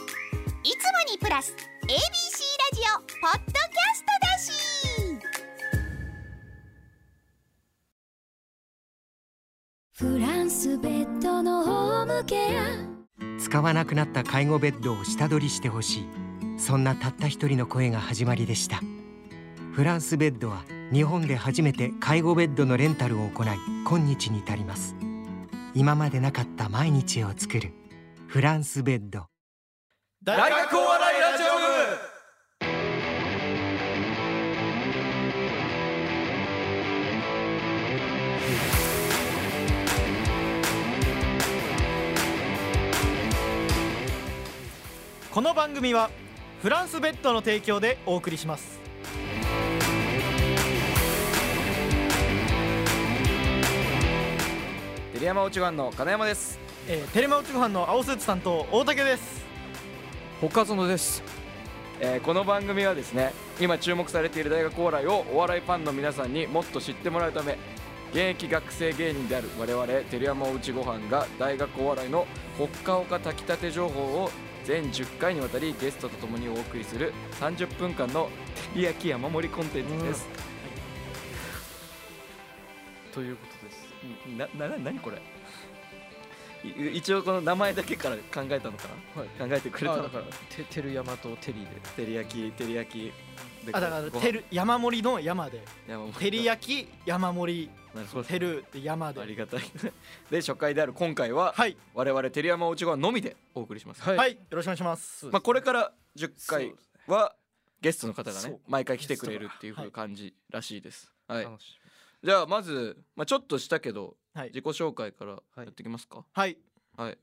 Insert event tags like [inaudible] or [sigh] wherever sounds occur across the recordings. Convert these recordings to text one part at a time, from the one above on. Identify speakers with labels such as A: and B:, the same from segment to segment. A: いつもにプラス ABC ラジオポッドキャストだし
B: フランスベッドのホームケア
C: 使わなくなった介護ベッドを下取りしてほしいそんなたった一人の声が始まりでしたフランスベッドは日本で初めて介護ベッドのレンタルを行い今日に至ります今までなかった毎日を作るフランスベッド
D: 大学お笑いラジオ部この番組はフランスベッドの提供でお送りします
E: テリヤマオチョガンの金山です
D: えー、テレマウチご飯の青スーツさんと大竹です
F: 他園です
E: えーこの番組はですね今注目されている大学お笑いをお笑いファンの皆さんにもっと知ってもらうため現役学生芸人である我々テリヤマおうちご飯が大学お笑いのほっかほか炊きたて情報を全10回にわたりゲストとともにお送りする30分間の照り焼き山盛りコンテンツです、ということですななな何これい一応この名前だけから考えたのかな、考えてくれたのかな
F: ててる山とテリーで
E: 照り焼き照り焼きで
D: あだから
E: ご飯
D: てる山盛りの山で
E: 山盛
D: 照り焼き山盛
E: なるほ
D: り
E: ど
D: てる山
E: あり
D: で
E: がたい [laughs] で初回である今回は、
D: はい
E: 我々照山おうちごはのみでお送りします、
F: は
D: はい、よろしくお願いします
E: まあ、これから10回はゲストの方が
F: そ
E: ね
F: う
E: 毎回来てくれるっていう
D: ゲストがはい
E: 感じらしいです、はい
F: 楽し
E: じゃあまず、まあ、ちょっとしたけど
D: はい
E: 自己紹介からやっていきますか
D: はい
E: はい、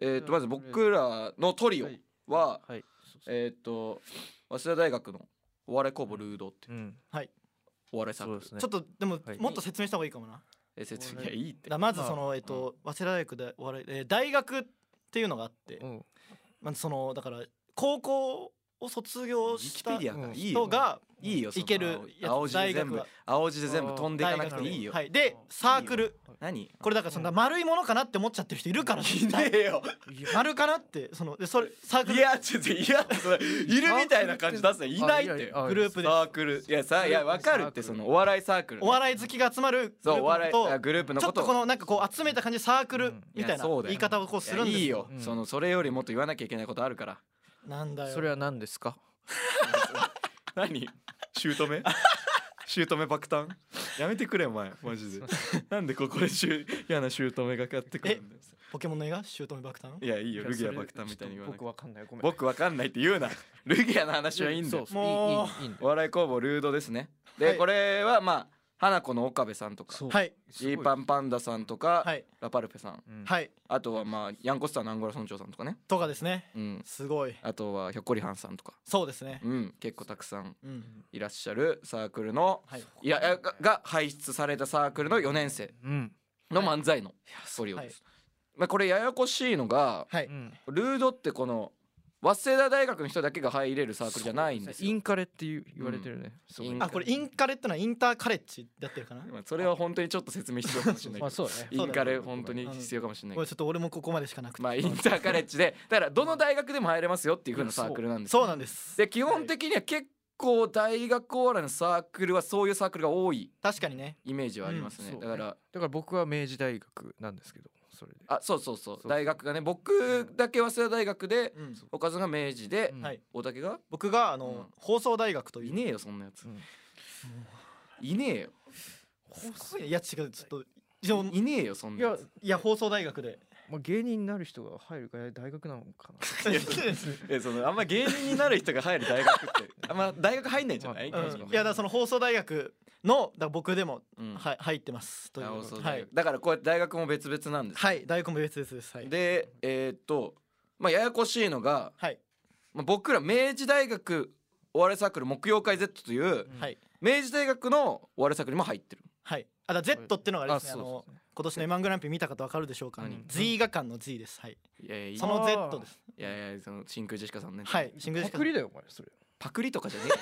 E: えっ、と
F: じゃあ
E: まず僕らのトリ
F: み
E: オ
F: はい
E: は、
F: はい
E: えっ、と早稲田大学のお笑い工房ルードっていう
F: うん
E: お笑いサーク
F: そう
E: ル
F: ですね
D: ちょっとでも、
F: はい
D: もっと説明した方がいいかもな
E: え説明
F: お
E: いや
F: 笑
E: いいって
D: だまず
F: まあ
D: その、えっと早稲田大学でお笑い、えー大学っていうのがあって、
F: うん
D: まあ、そのだから高校を卒業し
E: ウ
D: た
E: ィキペディアがいいよ
D: 人が
E: いいよその
D: いけるやつ
E: 青字で全
D: 大学
E: 部
D: は
E: 青字で全部飛んでいかなくていいよ、
D: はい、でサークル
E: 何
D: これだからそんな丸いものかなって思っちゃってる人いるからいねえよ丸かなってそのでそれサーク
E: い
D: ル
E: やちょっといやそれいるみたいな感じ出すねいないっ
F: あ
E: て
F: やあ
D: グルー
E: サ
D: プで
E: ークルいやさいやわかるってそのお笑いサークルね
D: お笑い好きが集まるグルー
E: そうお笑
D: プ
E: いあ
D: のこ
E: グループ
D: と
E: の
D: ちょ
E: こ
D: っ
E: と
D: とこのなんかこう集めた感じでサークルみたい
E: いや
D: な
E: そうだよ
D: 言い方をこうするん
E: い
D: です
E: やいいよ
F: うん
E: そのそれよりもっと言わなきゃいけないことあるから
D: なんだよ
F: それは何ですか
E: 何姑姑爆誕やめてくれお前マジでなんでここでしゅ嫌な姑が買ってくるんだよ
D: ポケモンの映画「姑爆誕
E: いやいいよルギア
F: いや
E: 爆誕みたいに言わな
F: それちょっと僕
E: くて
F: わかんないごめん
E: 僕わかんないって言うなルギアの話はいいんだよ
F: そう
D: もう
F: いいいいいいんだ
E: お笑い工房ルードですねで、
D: はい
E: これはまあ花子の岡部さんとか
F: そう」
D: はい
F: す
E: ジ
F: ご
E: ー
F: い
E: パンパンダさんとか、
D: はい
E: ラパルフェさん
F: うん
D: はい
E: あとはまあヤンコスターのアンゴラ村長さんとかね
D: とかですね
E: うん
D: すごい
E: あとはひょっこりはんさんとか
D: そうですね
E: うん結構たくさん
D: うん
E: いらっしゃるサークルの
D: はい
E: いやいやがが輩出されたサークルの4年生
F: うん
E: の漫才のトリオです、まあ、これややこしいのが
D: は
F: う
D: い
F: ん
E: ルードってこの早稲田大学の人だけが入れるサークルじゃないんです
F: イ
E: よ
F: ンカレっていう言われてるね
E: うんインカ
D: あ
E: レ
D: これインカレってのはインターカレッジだってるかな
E: まあそれは本当にちょっと説明必要かもしれないけ
F: まあ
E: ど
F: そうだね
E: インカレ
F: そうだね
E: 本当に必要かもしれないけ
D: こ
E: ど
D: れちょっと俺もここまでしかなくて
E: まあインターカレッジでだからどの大学でも入れますよっていう風なサークルなんですよ
D: そうなんです
E: で基本的には結構大学お笑いのサークルはそういうサークルが多い
D: 確かにね
E: イメージはありますね、
F: うん
E: だから
F: だから僕は明治大学なんですけどそれで
E: あそうそうそう
F: そうそう
E: 大学がね僕だけ早稲田大学で
D: うん
E: 岡津が明治で、
F: うん
D: はい
E: 大竹が
D: 僕があ
E: うん
D: の放送大学とい
E: いうねえよそんなやつ、
F: うん
E: いねえよ
D: すごいねいや違うちょっとでも
E: いねえよそん
F: い
E: なや
F: や
E: つ
D: いや放送大学で
F: まあ芸人になる人が入るから大学なのかな
E: えそのあんま芸人になる人が入る大学って [laughs] あんま大学入んないんじゃない、
F: まあ
D: う
F: 確
D: ん
F: かに
D: いやだからその放送大学のだから僕でも
E: うん
D: はい入ってますという
E: あ
D: は
E: そう大
D: い
E: 学だからこうやって大学も別々なんです、
D: はい大学も別々ですはい
E: でえーっとまあややこしいのが
D: はい
E: まあ、僕ら明治大学お笑いサークル木曜会 Z という
F: うん
D: はい
E: 明治大学のお笑いサークルにも入ってる
D: はいあだから Z ってのがあれですねあ
F: そう
D: の今年の M1 グランプリ見た方わかるでしょうか
E: 何
D: Z 画館の Z ですはい
E: いやいやい
D: そ
E: や
D: の Z です
E: いやいやその真空ジェシカさんね
D: はいシングル
F: パクリだよお前それ
E: [laughs] パクリとかじゃねえよ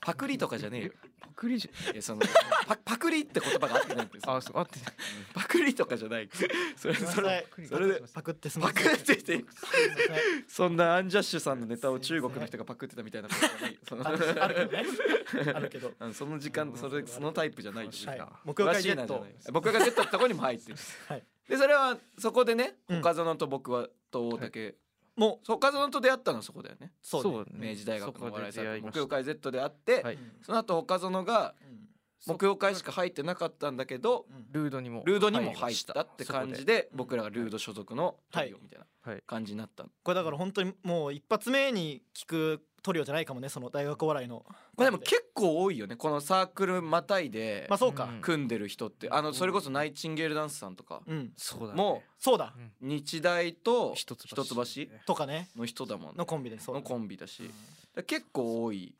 E: パクリとかじゃねえよ
F: パクリじ
E: いやそのパパクリって言葉が合ってないんです
F: ゃ。
E: よ
F: あ、そう、あって。
E: パクリとかじゃないそれそれそれで
D: パクってすみ
E: パ
D: ません
E: クってて
D: すみません
E: そんなアンジャッシュさんのネタを中国の人がパクってたみたいなことにその
D: あるあるけどね。あるけど。
E: うんその時間それそのタイプじゃないっていう
D: はい
E: か。
D: 木曜会ジェッ
E: らしいなじゃ
D: ト
E: ない。です僕がジェットってとこにも入ってる。
D: はい
E: でそれはそこでね、
D: うん
E: 岡園と僕はと大竹、
D: もう
E: そう岡園と出会ったのはそこだよね。
D: そうね。
F: だ
E: 明治大学のお笑い
F: そ
E: サ
F: こ
E: ークル
F: で出会いま
E: 木
F: し
E: 曜
F: た
E: 会 Z で会って、
F: はい
E: その後岡園が
D: うん
E: 木曜会しか入ってなかったんだけど。
D: うん
F: ルードにも。
E: ルードにも入っ
F: した
E: って感じ
F: で。
E: で僕らがルード所属のトリオみたい
F: は
E: ない感じになったの
D: これだから本当にもう一発目に聞くトリオじゃないかもねその大学お笑いの。
E: まあでも結構多いよねこのサークルまたいで
D: まあそうか
F: う。ん
E: 組んでる人ってあのそれこそナイチンゲールダンスさんとか
D: うん。
F: そうだ。
E: も
D: そうだ
F: う。ん。
E: う日大と
F: 一つ
E: 一橋
D: とかね
E: の人だもんね
D: のコンビでそうだ
E: の
D: ね。
E: コンビだしだから結構多い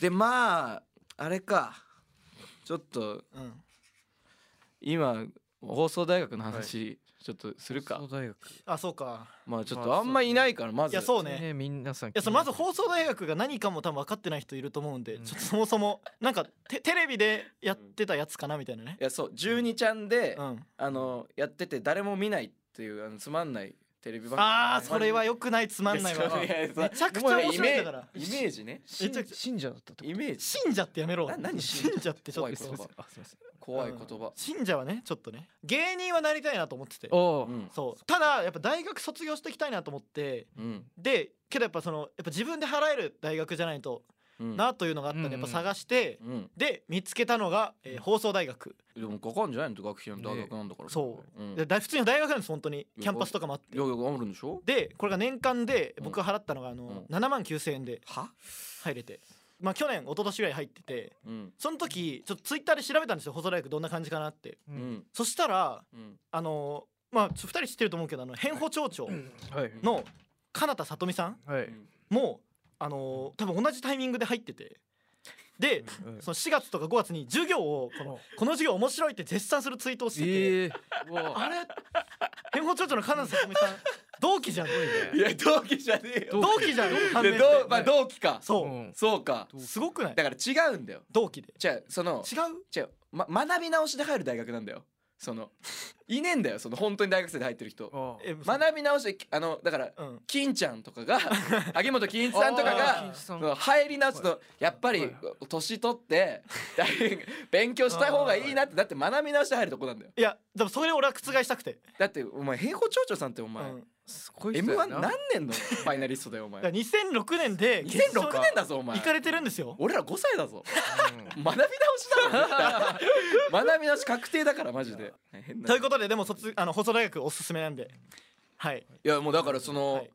E: でまああれかちょっと
D: うん。
E: 今放送大学の話ちょっとするか
F: 放送大学。
D: あそうか。
E: まあちょっ
F: ま
E: と
F: あ
E: あんまいないからま
D: い
E: ず
D: やそうね。
F: ね、みんなさん。い
D: いやそのまず放送大学が何かも多分分かってない人いると思うんで、
F: うん
D: ちょっとそもそもなんかテテレビでやってたやつかなみたいなね
E: い。やそう12ちゃんで
D: うん。
E: あのやってて誰も見ないっていうあのつまんないテレビ番組
D: ああそれは良くないつまんないわ。
E: いやいやそう
D: めちゃくちゃ面
E: イ
D: 白いん
E: メ
D: だから。
E: イメージね
F: 信
D: めちゃくちゃ
F: 信者だったってこと
E: イメージ
D: 信者ってやめろ
E: な。何信
D: 信
E: 者
D: 者ってちょっ
E: 怖い
D: と
E: 言
F: そう
E: 葉
F: そうあすいません。
E: 怖い言葉
D: 信者はねちょっとね芸人はなりたいなと思ってて
F: お
E: うん
D: そうただやっぱ大学卒業していきたいなと思って
E: うん
D: でけどやっぱそのやっぱ自分で払える大学じゃないと
E: うん
D: なというのがあったんで
F: うん
D: や
F: う
D: っ
F: ん
D: ぱ探して
E: うん
D: で見つけたのが、えー放送大学
E: でもかかんじゃないの学費の大学なんだから
D: そ
E: うん
D: で大普通の大学なんです本当にキャンパスとかもあって
E: いやいやあるんでしょ
D: でこれが年間で
E: うん
D: 僕が払ったのがあ
E: う
D: の
E: ん
D: 7万9,000円で
E: は
D: 入れてまあ去年一昨年ぐらい入ってて
E: うん
D: その時ちょっとツイッターで調べたんですよ放送大学どんな感じかなって
E: う
F: うんん
D: そしたら
E: うん
D: あのまあ2人知ってると思うけどあの変法町長
F: はい。
D: の金田さとみさん
F: はい。
D: もあのー多分同じタイミングで入っててで
F: うん
D: その4月とか5月に授業をこのこの授業面白いって絶賛するツイートをしてて、
F: ええ。
D: あれ変法町長の金田さとみさん同期じゃん
E: いや同期じゃねえよ
D: 同期じゃん反面
E: で
D: して
E: 同まあ同期か
D: そう、
F: うん
E: そうか
D: すごくない
E: だから違うんだよ
D: 同期で
E: じゃあその
D: 違う
E: 違う、ま、学び直しで入る大学なんだよそのいねえんだよその本当に大学生で入ってる人
F: あ
D: え
E: 学び直しであのだから
D: うん
E: 金ちゃん
D: [laughs]
E: とかが秋元金一さんとか
D: あー
E: が
F: 金一さ
E: そ
F: ん
E: の入り直すとやっぱ
F: は
E: り
F: い
E: 年取って [laughs] 大学勉強した方がいいなってだって学び直して入るとこなんだよ
D: いやでもそれを俺は覆したくて、
E: だってお前平方町長さんってお
D: う
E: 前、
D: ん、
F: すごい人
E: m
F: や
E: 1
F: な。
E: 何年のファイナリストだよお
D: だ
E: 前
D: から2006年で
E: 2006年だぞお前
D: 行かれてるんですよ
E: 俺ら5歳だぞ
F: うん
E: 学び直しだ
D: [laughs]
E: ろ学び直し確定だからマジで変な
D: と
E: い
D: いうことででも卒あの放送大学おすすめなんではい
E: やもうだからその、
D: はい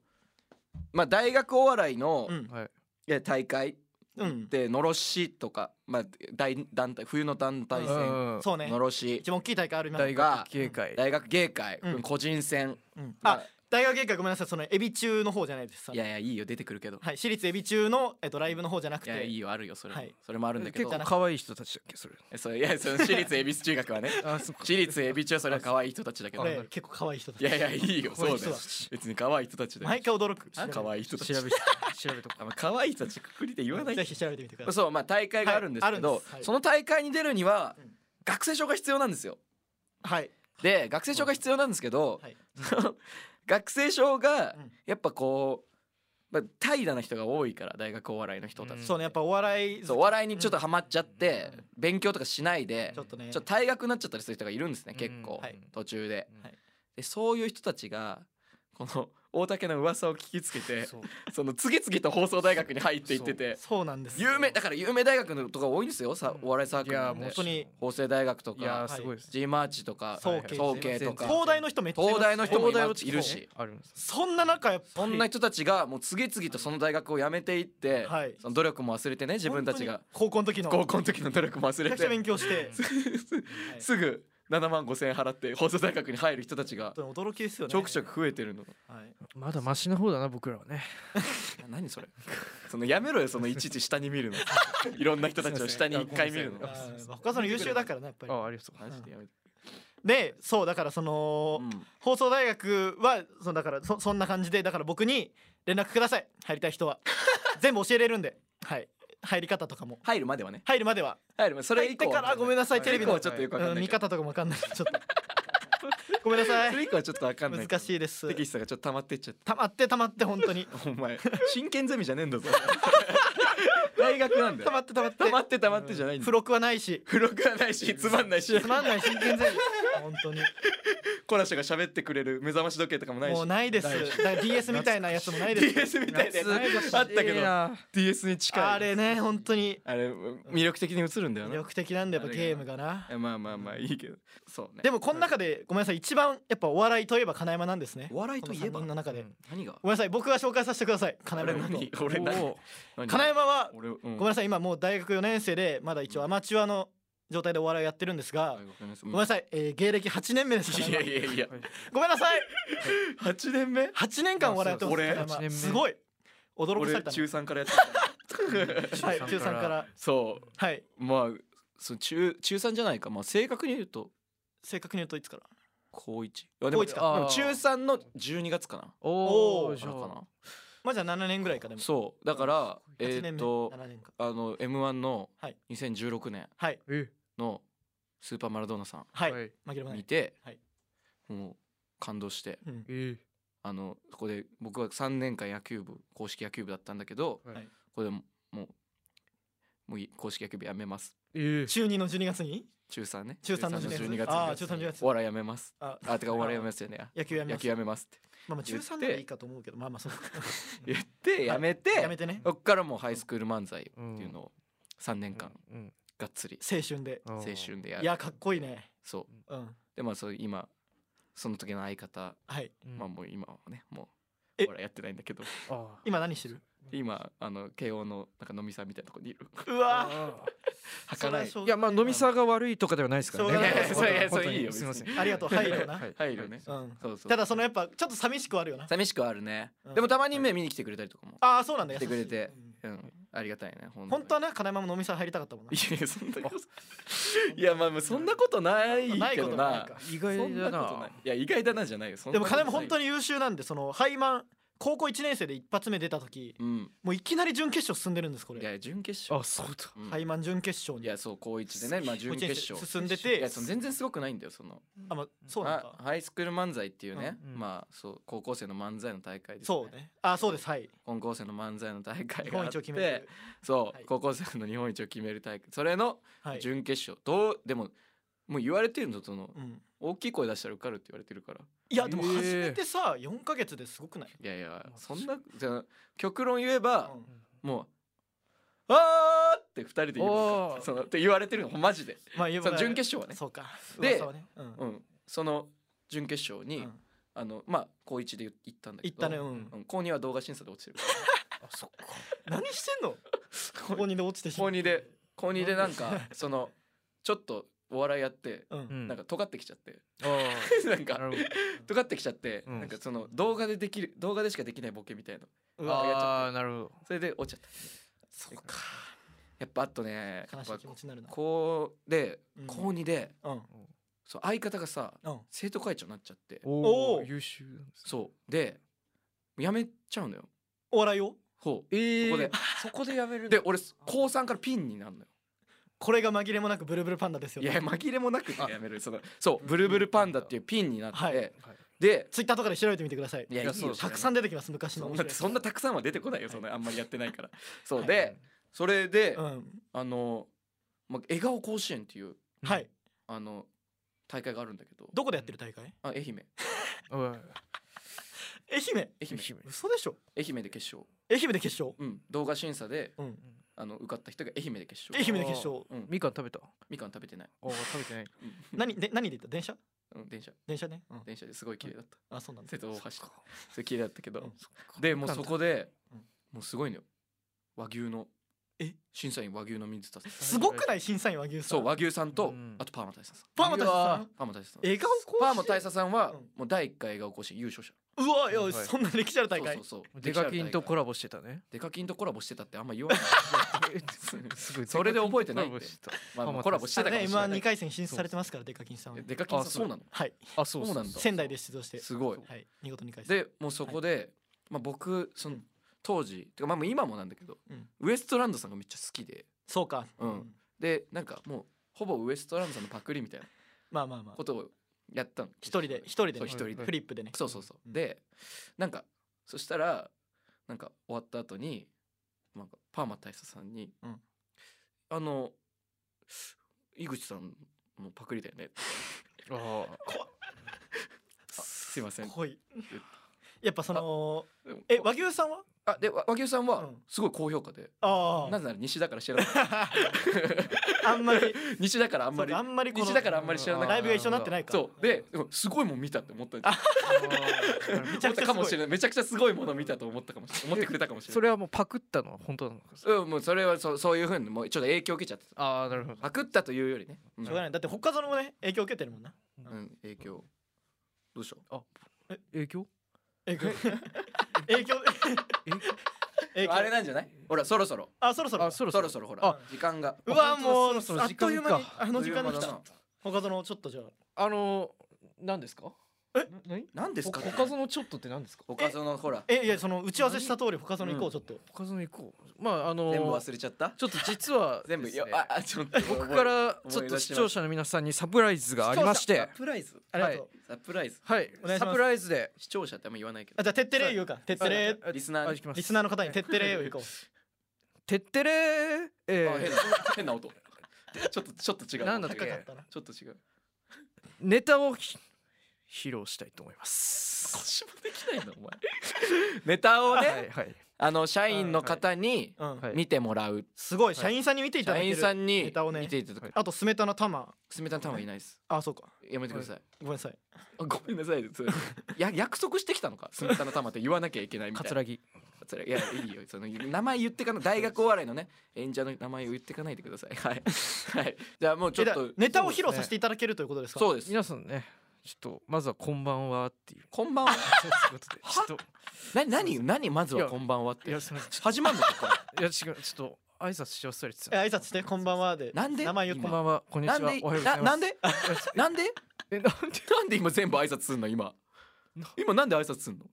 E: まあ大学お笑いの、
D: う
E: い
D: ん
F: はい。
E: や大会
D: うん
E: でのろしとか、まあ、大団体冬の団体戦
F: うん
D: そうね
E: のろし
D: 一番大きい大会ある今
F: 大学警戒。
E: 大学芸会、
D: うん
E: 個人戦
D: うん
E: ま
D: あ大学芸会ごめんなさいそのエビ中の方じゃないです
E: いやいやいいよ出てくるけど、
D: はい私立エビ中の、えっと、ライブの方じゃなく
E: い、やいい
D: て
E: よあるよそれも、
D: はい
E: それもあるんだけ
F: 結
E: ど
F: 構可愛い人たちだっけそれ。
E: えそれいやその私立恵比寿中学
D: [laughs]
E: はね
F: あ [laughs] そっか
E: 私立恵比寿はそれは可愛い人たちだけど、
D: ね結構可愛い人た
E: い
D: ち
E: やいやいい
D: [laughs]
E: よそうだ
D: 人
E: よ
D: だ
E: 別に可愛い人たちだよ
D: 毎回驚く
E: あ可愛い人たち
F: 調べて調べと
E: あ
F: か。
E: まあ可愛い人たちくくりで言わない
D: ぜひ調べてみてください
E: [laughs] そうまあ大会があるんです
D: は
E: けど、
D: いあるんですはい
E: その大会に出るには
D: うん
E: 学生証が必要なんですよ
D: はい
E: で学生証が必要なんですけど、
D: はい
E: 学生証が
D: うん
E: やっぱこう、まあ、怠惰な人が多いから大学お笑いの人たち、
F: うん
D: そうねやっぱお笑い
E: そうお笑いにちょっとハマっちゃって、勉強とかしないで、
D: ちょっとね
E: ちょっと退学になっちゃったりする人がいるんですね
F: うん
E: 結構、
D: はい
E: 途中で,、
D: はい
E: でそういう人たちがこの大竹の噂を聞きつけて
F: そう
E: その次々と放送大学に入っていってて
D: そうなんですよ
E: 有名だから有名大学のとか多いんですよさお笑いサーク
F: い
E: ル
F: や
E: なん
F: もう
E: で
D: 本当に
E: 法政大学と
F: いや
E: か
F: ーすごいですね。
E: G マーチとか
D: 早慶
E: 早慶とか
D: 東大の人めっちゃいます
E: 東大の人もいま
D: 東
E: すい
D: 大
E: る
D: 落ち
E: し
F: あるんです。
D: そんな中やっぱり
E: そんな人たちがもう次々とその大学を辞めていって、
D: はい
E: その努力も忘れてね自分たちが
D: 本当に高校の時の
E: 高校の時の努力も忘
D: めち
E: れ
D: ゃくちゃ
E: て
D: 勉強して
E: [laughs]
D: はい
E: すぐ7万5千円払って放送大学に入る人たちが
D: 本当に驚きですよね
E: ちょくちょく増えてるの。
D: はい
F: まだマシな方だな僕らはね。
E: な何それそのやめろよそのいちいち下に見
D: [laughs]
E: るのいろんな人たちを下に1回見るの
F: すいま
D: あー他その優秀だからねやっぱり
F: あありがとうござい
E: マ
F: ます
E: ジでやめて、
D: でそうだからその
E: うん
D: 放送大学はそのだから
E: [laughs]
D: そそんな感じでだから僕に連絡ください入りたい人は全部教えれるんではい入り方とかも
E: 入るまではね
D: 入るまでは
E: 入るまでそれ
D: 入っ
E: 以
D: て
E: 降
D: からごめんなさいテレビ
E: それ
D: の
E: 以降はちょっとよくわかん
D: うん
E: ない
D: 見
E: けど
D: 方とかもわかんない
E: [laughs]
D: ちょっとごめんなさ
E: それ
D: い
E: 以降はちょっとわかんないけど
D: 難しいです
E: テキストがちょっと溜まってっちゃって
D: たまってたまって本当に [laughs]
E: お前真剣ゼミじゃねえんだぞ大学なんだ
D: たま
E: よ
D: ってたまって
E: 溜まって溜まってじゃないんだ
D: 付
E: よ
D: 録はないし
E: 付録はな
D: [laughs]
E: いしつまんないし
D: つまんない真剣ゼミ本当に
E: コラシが喋ってくれる目覚まし時計とかもない
D: もう
E: し
D: ないです
E: ないし
D: だから DS みたいなやつもないです
E: DS みたいなやつあったけど DS に近い
D: あれね本当に
E: あれ魅力的に映るんだよ
D: 魅
E: な
D: 力的なんだやっぱゲームがない
E: やまあまあまあいいけどそうね
D: でもこの中でごめんなさい一番やっぱお笑いといえば金山なんですね
E: お笑いといえ
D: この
E: ば
D: 三人の中で
E: 何が
D: ごめんなさい僕が紹介させてください金
E: 俺
D: 山のこと
E: 何 [laughs] 俺何何
D: 金山は
E: 俺ごめ
D: ごめんなさい今もう大学4年生でまだ一応アマチュアの状態でお笑いをやってるんですが
E: んなさい
D: ごめんなさい、えー芸歴8年目です
E: い
D: 金
E: や
D: 山
E: いやいや
D: ごめんなさい
E: 八年目
D: 8年間お笑いやってます
E: 俺
D: 金山
F: 8年目
D: すごい驚かさ
E: 俺
D: れた
E: 中三からやってた
D: ねはい中
F: 中
D: 3か
F: 三から
D: ら
E: [laughs] そう
D: はい
E: まあその中中三じゃないかまあ正確に言うと
D: 正確に言うといつから
E: 高一あで
D: 高
E: も
D: 一か
E: あでも中三の十二月かな
F: お
D: お
F: お
D: ー
F: じ
E: か
F: ゃ
E: ら
F: あ
E: か
D: まあじゃあ7年ぐらいかで
E: な
D: も
E: そうだから
D: 8
E: えー
D: 年
E: っ
D: 目
E: と
D: 7年か
E: あの M1 の
D: はい
E: 2016年
D: はい
F: え
E: のスーパーマラドーナさん
D: はい
F: はい
D: 紛れもな
E: 見
D: い
E: て
D: はい
E: もう感動して
D: うん
F: え
E: あのそこで僕は3年間野球部公式野球部だったんだけど
F: はい
E: ここでももうもういい公式野球部やめます
F: え
D: 中2の12月に
E: 中3ね
D: 中3の
E: 中
D: 12
E: 12
D: 月
E: 月
D: ああ中3の12月
E: お笑いやめます
D: あ
E: あてかお笑いやめますよね
D: 野球やめ
E: 野
D: ます
E: 球やめますっ
D: まあまあ中
E: 言って
D: 3ならいいかと思うけどまあまあそうか
E: て言ってやめて
D: やめてね
E: そっからもうハイスクール漫才って
F: うん
E: いうのを3年間がっつり
D: 青春で
F: 青
E: 青春でや
D: いや
E: る
D: かっこいいね
E: そう
D: うん
E: でまあそう今その時の相方
D: はい
E: まあもう今はねも
D: え
E: うほらやってないんだけど
F: あ
D: 今何してる
E: 今あの慶応のなんか飲みさんみたいなとこにいる
D: うわ
F: あ
E: 儚い
D: それはしょう
F: いやまあ飲みさが悪いとかではないですからね
D: しょうがない
F: いやいや
E: [laughs] そういやいやそういいよ
F: すみませ
E: 別
F: ん
D: ありがとう配慮
E: [laughs]
D: な
F: はい
E: 入るね
D: うん
E: そうそう
D: ただそのやっぱちょっと寂しくはあるよな
E: 寂しくはあるね
D: うん
E: でもたまに目見に来てくれたりとかも
D: ああそうなんだ
E: 来てくれて
D: 優しいうん
E: うんありがたいね
D: 本当は
E: は
D: な金山も飲みさん入りたかったもんない
E: やいやそんなこといやまあまあそんなことない
D: ない
E: け
D: こと
E: ど
D: はない
E: な
D: か
F: 意
E: そ
F: 外
E: ん
F: だ
E: なこと
F: な
E: ないいや意外だなじゃないよそん
D: で
E: な
D: も
E: こと
D: 金
E: ない
D: 山本当に優秀なんでそのハイマン高校1年生で一発目出た時
E: うん
D: もういきなり準決勝進んでるんですこ
E: い
D: れ
E: や準決勝
F: あそうだ
E: うん
D: ハイマン準決勝
E: い
D: に
E: やそう高一でねまあ準決勝
D: 進んで
E: い
D: て
E: やその全然すごくないんだよその
D: あまあそうなん
E: あ
D: か
E: ハイスクール漫才っていうね、
F: うんうん
E: まあそう高校生の漫才の大会です、ね、
D: そうねあそうですはい
E: 高校生の漫才の大会
D: 日
E: があ
D: 本
E: っ
D: 一を決め
E: て
D: る
E: そう、
D: はい
E: 高校生の日本一を決める大会それの
D: はい
E: 準決勝、どうでももう言われてるのその
D: うん
E: 大きい声出したら受かるって言われてるから
D: いやでも
F: へー
D: 初めてさ4ヶ月ですごくない
E: いやいや
F: あ
E: そんなじゃあ極論言えば、
D: うん
E: もう「あー!」って二人で言うの
F: お
E: か
F: ー
E: そのって言われてるのマジで
D: まあ言えば
E: その準決勝はね
D: そうか
E: で
D: 噂はねうん
E: う、ん、その準決勝に、
D: うん
E: あのまあ高一で行ったんだけ
D: 行
E: ど
D: ったねうん
E: うん高二は動画審査で落ちて
D: [laughs]
E: る
F: あそっか
D: 何してんのここにで落ちてしま
E: 高
D: う
E: 二で高二でなんかそのちょっとお笑いやって
D: う
F: うん
E: [laughs]
F: ん
E: なんか尖ってきちゃって
F: あ
E: [laughs] なん
F: あな
E: か
F: るほど
E: 尖ってきちゃって
F: うん
E: なんかその動画でできる動画でしかできないボケみたいな
D: うわ
F: ああなるほど
E: それで落ちちゃった
D: そうか
E: やっぱあとねや
D: 悲
E: っ
D: しい
E: ぱ
D: 気持ちになるな
E: こうで
D: うん
E: 高二で
D: うん
E: そう相方がさ
D: うん
E: 生徒会長になっちゃって
F: お
D: お
F: お
D: ー
F: 優秀なんですね
E: そうでやめちゃうのよ
D: お笑いを
E: ほう
F: え
E: そこ
F: え
E: でそこでやめるで俺高三からピンになるのよ
D: これが紛れもなくブルブルパンダですよ
E: いや
D: ね
E: 紛れもなくてやめるそのそうブルブルパンダっていうピンになって、
D: はい
E: で
D: ツイッターとかで調べてみてください
E: いやいいよ
D: そう
E: それ
D: たくさん出てきます昔
E: そ
D: の
E: んなそんなたくさんは出てこないよそんなあんまりやってないからそうで、
F: はい
E: それで、
D: うん
E: あの、ま、笑顔甲子園っていう
D: はい
E: あの大会があるんだけど
D: どこでやってる大会
E: あ愛媛
F: おい
D: 愛媛
E: 愛媛
F: 姫
D: 嘘でしょ
E: 愛媛で決勝
D: 愛媛で決勝
E: うん動画審査で
D: うん
E: あの受かった人が愛媛で決勝
D: 愛媛で決勝
E: うん、
F: みかん食べた
E: みかん食べてない、
F: お食べてない
E: [laughs]
D: 何で何で行った電車
E: うん、電車
D: 電車ねうん
E: 電車ですごい綺麗だった
D: あそうなんだ
E: 瀬戸大橋それ綺麗だったけど、
D: うん
E: でもうそこで、
D: うん
E: もうすごいのよ和牛のえ審査員和牛の水田さん
D: すごくない審査員和牛さん
E: そう和牛さんと、
F: うん
E: あとパーマ大佐さん
D: パーマ大佐さん
E: うわパーマ大佐さん
D: 笑顔甲子園
E: パーマ大佐さんは、
D: うん
E: もう第一回が起こし優勝者
D: うわい
F: は
D: や
F: い
D: そんな歴史ある大会
E: そうそうそう
F: デカキンとコ
E: ラ
F: ラボして
E: [laughs]
F: たね
E: デカキンとコラボしてたってあんま言わない
F: すごい
E: それで覚えてないって
F: デカキンとコラ
E: ま
F: ボして
E: あまあコラボしてたかもしれな
D: 今
E: い、
D: 2回戦進出されてますからデカキンさんは
E: デカキンさん
F: あ
E: そうなの
D: はい
F: たあそう
E: そうなんだ
D: 仙台で出場して
E: すごい
D: はい見事2回戦
E: でもうそこで、まあ、僕その
G: 当時てかまあもう今もなんだけど、
D: うん
G: ウエストランドさんがめっちゃ好きで
D: そうか
G: うんでなんかもうほぼウエストランドさんのパクリみたいな
D: まあまあまあ
G: ことをやったの
D: 一人で一人で
G: そう
D: ね
G: 一人で
D: フリップでね
G: そうそうそう、
D: うん
G: でなんかそしたらなんか終わった後になんかパーマ大佐さんに「
D: うん
G: あの井口さんのパクリだよね
F: あ
G: [laughs]
F: あ。
G: すいません
D: 濃いやっぱその」え和牛さんは
G: あでわ和牛さん
D: う
G: は
D: ん
G: すごい高評価で、
D: あ
G: なぜなら西だから知らなかった
D: ああんまり
G: 西だからあ
D: あ
G: んまり
D: あんまりこの
G: 西だからあんまり知らな
D: ラ
G: か
D: イ
G: っ
D: ブが一緒になってない
G: た
D: から
G: そうででもすごいもん見たって思ったんじゃん
F: あ
E: [laughs]
F: ー
D: めちゃ
G: 思っ
D: く
G: た
D: ちゃす
G: か
D: ご
G: もし
D: い
G: れないめちゃくちゃすごいもの見たと思ったかもしれない思ってくれたかもしれ
F: そ
G: ない
F: れはもうパクったのは本当なのか。
G: うんもうそれはそそういうふうにもうちょっと影響受けちゃってた
F: ああ、なるほど。
G: パクったというよりね、うん
D: しょうがないだって他のもね影響受けてるもんな
G: うん、影響どうしよ
F: 影響？
D: 影響影響影
G: うあれ
D: 響
G: なんじゃないほらそろそろ
D: あそろそろ
F: あ、そろ
G: そ
F: そ
G: ろ
F: ろ。
G: そろほら
D: あ
G: 時間が
D: うわもう
F: 本当だそろそろ
D: あっという間に
F: 時間
D: あの時間
G: あ
D: が
G: っとい
D: 来
G: う間だ
D: た
G: な
D: 他のちょっとじゃあ
F: あの何ですか？
D: え
F: な？何？
G: 何ですか
F: おかずのちょっとって何ですか？
G: おかずのほら
D: えいやその打ち合わせした通り他の行こうちょっと
F: おかずの行こう。まああの
E: 全部忘れちゃった
F: ちょっと実は
G: [laughs] 全部
F: です
G: よ
F: ね
G: ああちょっと
F: 僕から
G: 思い
F: ちょっと
G: 出し
F: 視
G: ました
F: 聴者の皆さんにサプライズがありまして
E: サ、プライズ
D: ありがとう
E: サプライズ
D: お
F: はい
D: 願いします
F: サプライズで
G: 視聴者ってあんま言わないけど
D: あじゃあてってれー言うかてってれー
G: リスナー
F: あ
G: に
F: 行きます
D: リスナーの方にてってれーを行こう
F: てってれーえ
G: あ変
F: ー
G: な変な音ちょっとちょっと違う
F: なんだっ
G: ちょ
F: け
D: ったな
G: っと違う
F: ネタをひ披露したいと思います。
G: 私もできないのお前ネタを
F: は
G: ね、
F: いはい
G: あの社員の方に
D: うん
F: はい。
G: 見てもらう、
D: すごい社員さんに見ていただ
G: 社
D: いて
G: 員
D: る
G: さんに
D: ネタをね
G: 見ていただく、
D: あとスメタの玉
G: すみたんたまいないです
D: あそうか
G: やめてください、
D: ごめんなさい
G: あ [laughs] ごめんなさいですや約束してきたのかすみたんのたまって言わなきゃいけないみたい
F: [laughs]
G: な
F: 桂木
G: 桂いやいいよその名前言ってかな大学お笑いのね演者の名前を言ってかないでくださいはいはいじゃあもうちょ
D: え
G: っ
D: だ
G: と
D: ネタを披
F: そ
D: 露
F: うですね
D: させていただけるということですか
G: そうです
F: 皆さんねちょっとまずはこんばんはっていう
G: こんばんは
F: そういうことでちょっ
G: な何何まず
F: い
G: は
F: や
G: こんばんはっ
F: と [laughs]
G: て
F: いやすみませんちょ
G: 始まんのかこれ
F: いや違うちょっと挨拶し忘れて
D: え
F: た
D: 挨拶してこんばんはで
G: なんで
D: 名前言って
F: こんばんはこんにち
G: [laughs] な
F: は
G: んで
F: おはようございます
G: なんでなんで
F: [laughs] えな
G: なんで今全部挨拶すんの今
F: な
G: 今なんで挨拶すんの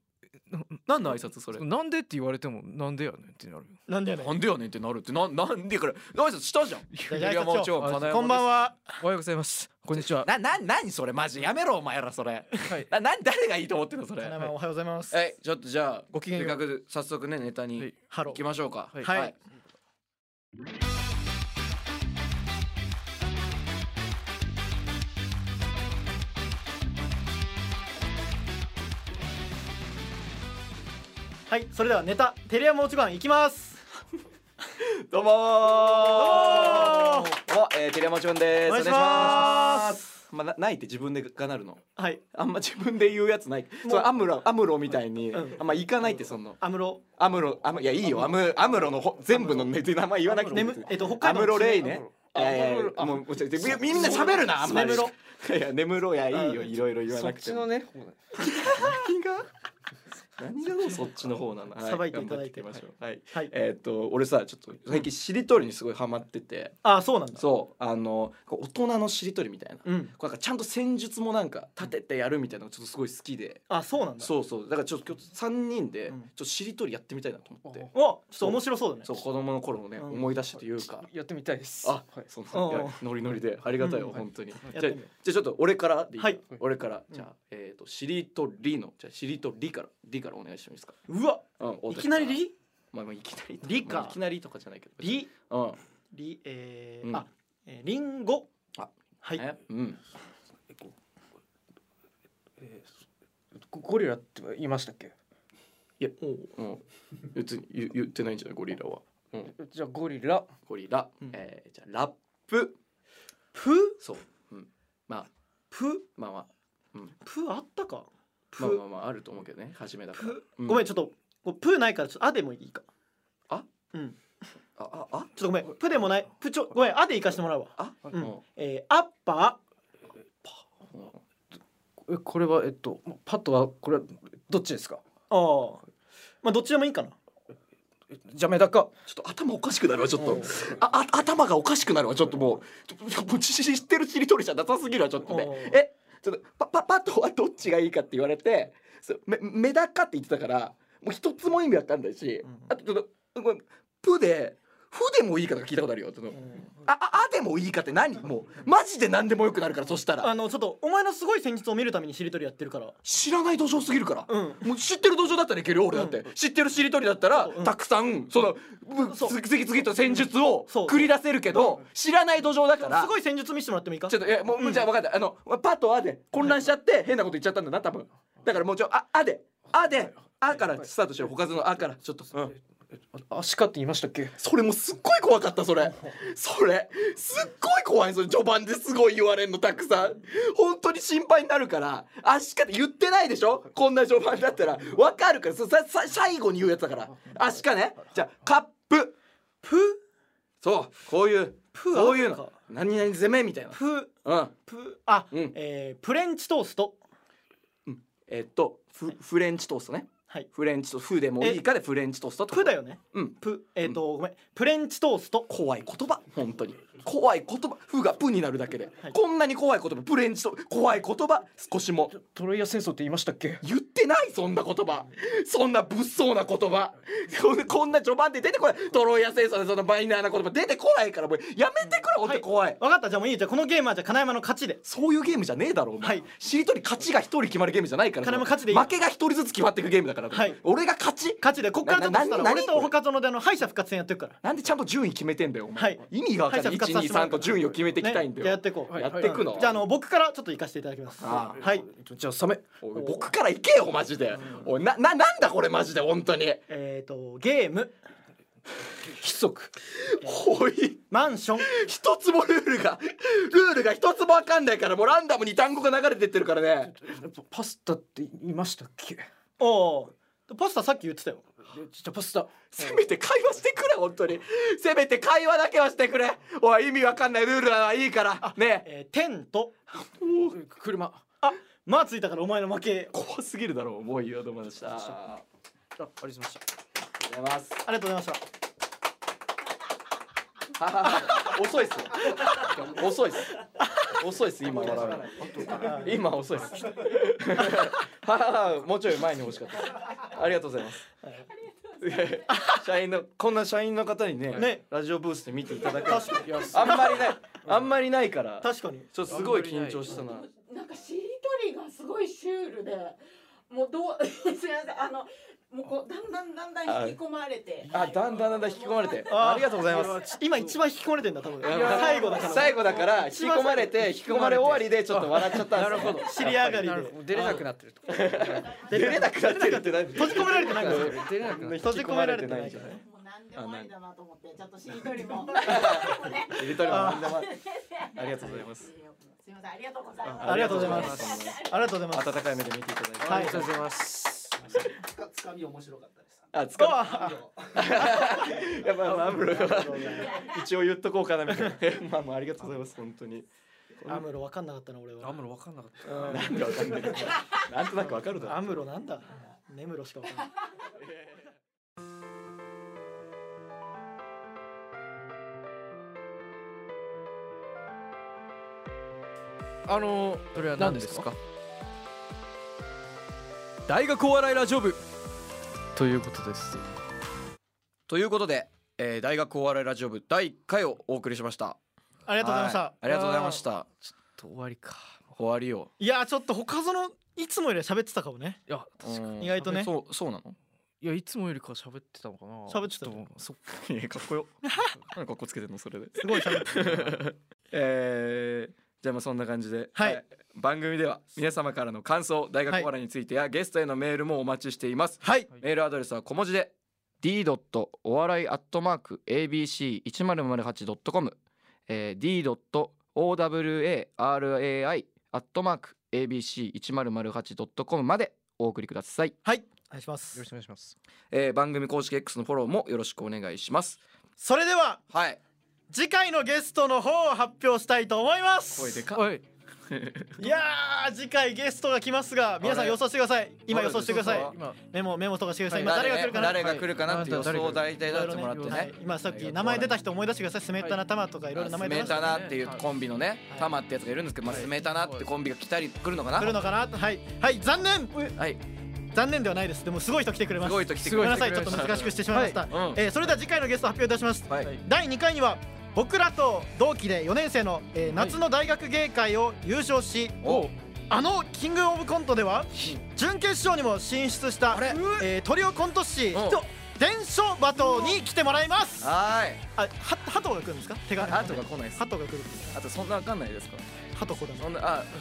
G: 何の挨拶それ
F: なんでって言われてもなんでやねんってなる
D: なんだよね
G: なんでやねんってなるってななんでから挨拶したじゃん
D: ゃあ
G: テレ山町金山です
D: こんばんは
F: おはようございますこんにちは
G: なな何それマジやめろお前らそれ
F: はい
G: なな誰がいいと思ってんのそれ
D: 金山おはようございます
G: はいちょっとじゃあ
D: ごきげんよう
G: せっかく早速ねネタに
F: はい
D: ハ
G: 行
D: ロ
G: き
D: ー
G: ましょうか
F: はい
D: はいはいそれではネタテレアモチご飯いきます
E: ど
D: どう
E: うもー
D: も
E: おえーテレアマチョンです
D: お願いします
E: まあなないって自分でがなるの
D: はい
E: あんま自分で言うやつないそうアムロアムロみたいに
D: うん
E: あんまいかないってその
D: アムロ
E: アムロアムいやいいよアムアムロのほ全部のね名前言わなくて
D: ね
E: も
D: むえっと北
E: ア
D: 海道
E: ムロレイね
F: ア
E: い
F: ムロ
E: やいやいや
F: あ
E: もうちょちょみみんな喋るなあんまり
D: 眠ろ
E: いや眠ろうやいいよいろいろ言わなくても
F: ね
E: 何が何がもうそっちの方なのは
D: さばいていただいて
E: 頑張っきましょうはい
D: はい
E: えーっと俺さちょっと最近しりとりにすごいハマってて
D: あそうなんだ
E: そうあのこう大人のしりとりみたいな
D: うん
E: こうなんかちゃんと戦術もなんか立ててやるみたいなのがちょっとすごい好きで
D: あそうなんだ
E: そうそうだからちょっと今日3人でち
D: う
E: ょ
D: ん
E: っとしりとりやってみたいなと思って
D: おちょっと面白そうだね
E: そう子供の頃のね
D: うん
E: 思い出したというか
F: やってみたいです
E: あその
D: うん
E: いやノリノリでありがたいよ
D: うん
E: 本当にじ
D: やっ
E: ゃあじ
D: て
E: ゃ
D: みよう
E: あちょっと俺からでいいか
D: はい
E: 俺から
D: ん
E: じゃあえっとしりとりのじゃあしりとりからりからお願いしてもいいですか
D: うわ
E: うん大
D: い
E: 竹
D: きなり
E: さん
D: リ
E: まあまあいきなりと
D: りか
E: まあいきなりとかじゃないけど
D: リ
E: うん
D: リえ
E: うん
D: ーあえーリンゴ
E: あ
D: はい
E: えうん
F: ゴリラって言いましたっけ
E: いやうん別に言言ってないんじゃないゴリラは
F: じゃあゴリラ
E: ゴリラ
D: うん
E: えーじゃあラップ
D: プ
E: そううんまあ
D: プ
E: まあまあ
D: プあったか
E: まあま
D: プ
E: あまああると思うけどね初めだから
D: プ
E: う
D: ごめんちょっとこうプないからちょっとあでもいいか
E: あ
D: うん
E: あああ
D: ちょっとごめんプでもないプちょごめんあでいかしてもらうわ
E: あ
D: う
E: うん
D: んえーアッパ
F: えこれはえっとパッとはこれどっちですか
D: ーああまあどっちでもいいかな
F: じゃメダカ
E: ちょっと頭おかしくなるわちょっと
D: うん
E: ああ頭がおかしくなるわちょっともうちょもう知知ってるしりとりじゃなさすぎるわちょっとね
D: うん
E: えちょっとパパパッとはどっちがいいかって言われてそうメメダカって言ってたからもう一つも意味わかんないし、
D: うん
E: あとちょっとこれプでフでもいいかとか聞いたことあるよちょっと、
D: うん
E: あああでもいいかって何もうマジで何でもよくなるからそした
D: あ
E: ら
D: のちょっとお前のすごい戦術を見るためにしりとりやってるから
E: 知らない土壌すぎるから、
D: うん
E: もう知ってる土壌だったらいけるよ俺だって、
D: う
E: 知ってるしりとりだったら、
D: うん
E: たくさんその、ぶ
D: そう
E: 次々と戦術を
D: そう
E: 繰り出せるけど、知らない土壌だから
D: すごい戦術見せてもらってもいいか
E: ちょっといやもう、じゃあ分かったあのパとアで混乱しちゃって変なこと言っちゃったんだな多分だからもうちょああであであからスタートしろ他のあからちょっと、うん、
F: アシカって言いましたっけ
E: それもすっごい怖かったそれそれすっごい怖いそれ序盤ですごい言われんのたくさん本当に心配になるからあしかって言ってないでしょこんな序盤だったら分かるからそささ最後に言うやつだからあしかねじゃあカッププそうこういう
D: プ
E: こういう
D: ある
E: の
D: か
E: 何々攻めみたいな
D: プ
E: うん
D: プあ、
E: うん
D: えープレンチトースト
E: えっとフフレンチトーストね
D: はい
E: フレンチトーストフーでもいいかでフレンチトーストってこ
D: プ
E: と
D: だよね
E: うん
D: プえっ、と、ごめんプレンチトースト
E: 怖い言葉本当に怖い言葉「ふ」が「ぷ」になるだけで、
D: はい
E: こんなに怖い言葉プレンチと怖い言葉少しも
F: トロイア戦争って言いましたっけ
E: 言ってないそんな言葉そんな物騒な言葉こんこんな序盤で出てこないトロイア戦争でそのマイナーな言葉出てこないからもうやめてくれ本当に怖い、
D: 分かったじゃあもういいよじゃあこのゲームはじゃあ金山の勝ちで
E: そういうゲームじゃねえだろお前、
D: はい
E: しりとり勝ちが一人決まるゲームじゃないから
D: 金も勝ちでいいよ
E: 負けが一人ずつ決まっていくゲームだから、
D: はい
E: 俺が勝ち
D: 勝ちでこっからちょっと
E: なな
D: したら
E: 何
D: 俺と他園であの敗者復活戦やってるから
E: なんでちゃんと順位決めてんだよお前、
D: はい
E: 意味がわかん
D: 敗者
E: ない
D: 復活させてもらう
E: 123と順位を決めていきたいんだよ、
D: ね、やっていこう、
E: やってくの、
D: じゃああの僕からちょっと行かせていただきます
E: ああ
D: はい
F: じゃあサメ
E: おい僕から行けよマジでおいなななんだこれマジで本当に
D: えっ、とゲーム
F: 貴族
E: おい
D: マンション
E: 一つもルールがルールが一つも分かんないからもうランダムに単語が流れてってるからね
F: パスタって言いましたっけじ
D: おおポスターさっき言ってたよ
F: ゃあパスタ
E: せめて会話してくれ本当にせめて会話だけはしてくれおい意味分かんないルールはいいからねえ
D: えー、テント
F: 車
D: あまあついたからお前の負け
E: 怖すぎるだろもういいよどうもでしたあ
F: あありがとうございました
E: りがとうございます
D: ありがとうございました
E: 遅いっす遅いっす遅いっす今笑うの今遅いっす [laughs] はあもうちょい前に欲しかったありがとうございます社員のこんな社員の方にね
D: ね
E: ラジオブースで見ていただく
D: 確かに
E: あんまりないあんまりないからちょっ
D: 確かに
E: とすごい緊張したな
H: なんかしりとりがすごいシュールで、もうどう [laughs] すみませんあのもうこうだんだんだんだん引き込まれて、
E: あだんだんだんだん引き込まれて
D: あー
E: ありがとうございます
D: 今一番引き込まれてんだ多分最後だから
E: 最後だから引き込まれて引き込まれ終わりでちょっと笑っちゃったんですよ
D: 尻上がりで
F: 出れなくなってるとか
E: 出れなくなってるって何
D: 閉じ込められてないんだよ
F: 出れなくなってる
D: 閉じ込められてないから
H: もう何でもありだなと思ってちょっとしりとりも [laughs]
E: 入れたりもなんでもありがとうございます
H: すみませんありがとうございます。
D: ありがとうございますありがとうございます
E: 温かい目で見ていただいて
F: ありがとうございます
E: あ、つかみ。 [laughs] やばい、まあ、アムロが。一応言っとこうかなみ [laughs] たいな。まあ、まあ、ありがとうございます、本当に。
D: アムロわかんなかったな俺は
F: あんまり分かんなかった
E: なんでわかんないけど。なんとなくわかるだろ
D: アムロなんだネムロしかわかんない
F: あのそれは何ですか
E: 大学お笑いラジオ部。
F: ということです
E: ということで、えー大学お笑いラジオ部第1回をお送りしました。
D: ありがとうございました、
E: はありがとうございました。
F: と終わりか
E: 終わりよ。
D: い、やーちょっと他のいつもよりは喋ってたかもね
F: いや確かに
D: 意外とね
E: うんそう、そうなの。
F: いやいつもよりか喋ってたのかな
D: 喋ってた
F: ちょ
D: よ
F: とそっか
E: [laughs] いや、かっこよ。 [laughs] なんかっこつけてんの、それで。
D: すごい喋ってた
E: [laughs] えーじゃあまあそんな感じで、
D: はい
E: 番組では皆様からの感想大学お笑いについてや、ゲストへのメールもお待ちしています、
D: はい
E: メールアドレスは小文字で d. お笑い @abc1008.com、えー、d.owalai@abc1008.com までお送りください、
D: はいお願いしま
F: よろし
D: す
F: くお願いします
E: えー、番組公式 X のフォローもよろしくお願いします
D: それでは
E: はい
D: 次回のゲストの方を発表したいと思います
E: 声でかっ
F: はい
D: いやー次回ゲストが来ますが皆さん予想してください今予想してください
E: そうそう
F: 今
D: メモメモとかしてください今誰
E: 誰
D: が
E: が
D: 来
E: 来
D: る
E: る
D: か
E: か
D: な
E: な
D: はい
E: 誰が来るかなって予想を大体だってもらってね、
F: いろいろ
D: はい今さっき名前出た人思い出してくださいスメッタナタマとかいろいろ名前出
E: ス
D: ま
E: メ
D: した
E: タ
D: ね
E: ナっていうコンビのね、タマってやつがいるんですけど、まあ、スメタナってコンビが来たり来るのかな、
D: 来るのかなはいはい残念
E: はい
D: 残念ではないですでもすごい人来てくれます
E: すごい人来てく
D: ご
E: れ
D: めんな
E: まし
D: さ
E: た
D: いちょっと難しくしてしまいました、
E: うん
D: えーそれでは次回のゲスト発表いたします、
E: はい
D: 第2回には僕らと同期で4年生の、えー夏の大学芸会を優勝し、
E: お
D: あのキングオブコントでは準決勝にも進出した、えートリオコント師
E: うん
D: と伝承バトに来てもらいますあ
E: はーい
D: はハトが来るんですか手が
E: ハトが来ないです
D: ハトが来る
E: あとそんなわかんないですか
D: ハトこだ
E: そんなあ [laughs]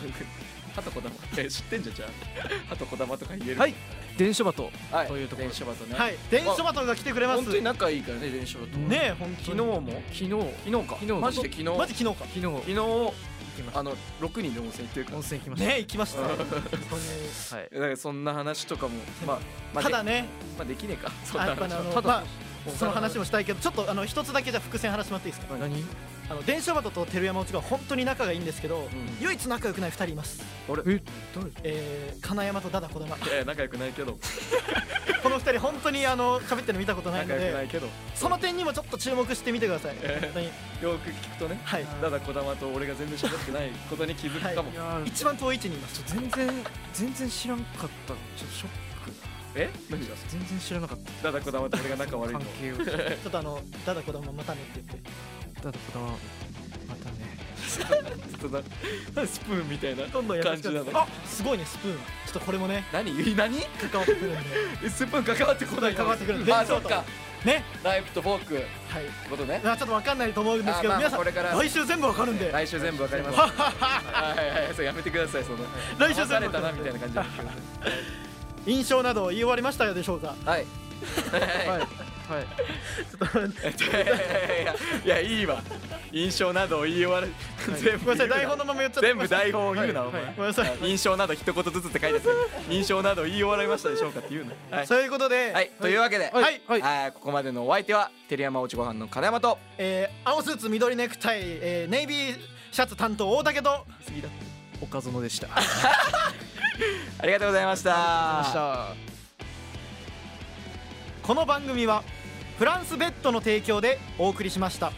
E: ハトこだまえ知ってんじゃ [laughs] んじゃあハトこだまとか言える
F: はい電書バト
E: はい
F: というところ
E: 電車バトね
D: はい伝承バトが来てくれます
E: 本当に
D: ね
E: 仲いいからね電車バト
D: え本当
E: 昨
D: に
E: 日も
F: 昨日
E: 昨日か
F: 昨日
E: マジで昨日
D: マジ昨日か
F: 昨日
E: 昨日あの6人で温泉行ってるから
F: 温泉行きました
D: ねえ行きましたね
F: はい
E: だからそんな話とかもまあまあ
D: ただ
E: で
D: ね
E: まあできねえかそん
D: あ
E: な
D: やっぱ
E: 話
D: ねあ
E: は
D: の
E: ただ
D: まあその話もしたいけどちょっとあの一つだけじゃ伏線話してもらっていいですか
F: 何
D: あの伝承バトと照山内が本当に仲がいいんですけど唯一仲良くない二人います
E: 俺
F: え誰
D: えー金山とダダこだま
E: いやいや仲良くないけど
D: この二人本当にあの喋ってるの見たことない
E: 仲
D: の
E: 良くな
D: で
E: いけど
D: その点にもちょっと注目してみてください
E: えー
D: 本当に
E: よく聞くとね
D: はい
E: ただこだまと俺が全然喋ってないことに気づくかも
F: いや
D: 一番遠い位置にいます
F: 全然全然知らんかったちょっとショック
E: え [laughs] 何が
F: 全然知らなかった
E: ただこだまと俺が仲悪いの
F: 関係を
D: ちょっとあのダダこだままたねって言って
F: ただこだわまたね
E: そんなスプーンみたいな
D: どんどんやってき
E: 感じなの
D: あすごいねスプーンちょっとこれも
E: [laughs]
D: ね
E: 何何
D: 関わってくるんで
E: スプーン関わってこない
D: 関わってくる
E: あそっか
D: ね
E: ナイフとフォークって
D: はい
E: ことね
D: まあちょっとわかんないと思うんですけど
E: あまあ
D: 皆さん
E: これから
D: 来週全部わかるんで
E: 来週全部わかります
D: は
E: は
D: っはっはい
E: はいはいそれやめてくださいその
D: 来週
E: 騙
D: 全部
E: され
D: わか
E: たな
D: る
E: み
D: んで
E: たいな感じは
D: 印象などを言い終わりましたでしょうか
E: はい
F: はいはい
E: いやいやいいわ印象などを言い終わる全部
D: ごめんなさ
E: 言うない
D: 台本のまま言っちゃって
E: 全部台本を言うなお
D: ご
E: 前
D: めんなさい
E: 印象など一言ずつって書いてある印象など言い終わりましたでしょうかっていうのはい
D: そういうことで
E: はいというわけで
D: はい
E: はいはいここまでのお相手は照山おうちご飯の金山と
D: えー青スーツ緑ネクタイ、えーネイビーシャツ担当大竹と
F: 岡園でした
E: ありがとうございました
D: この番組はフランスベッドの提供でお送りしました。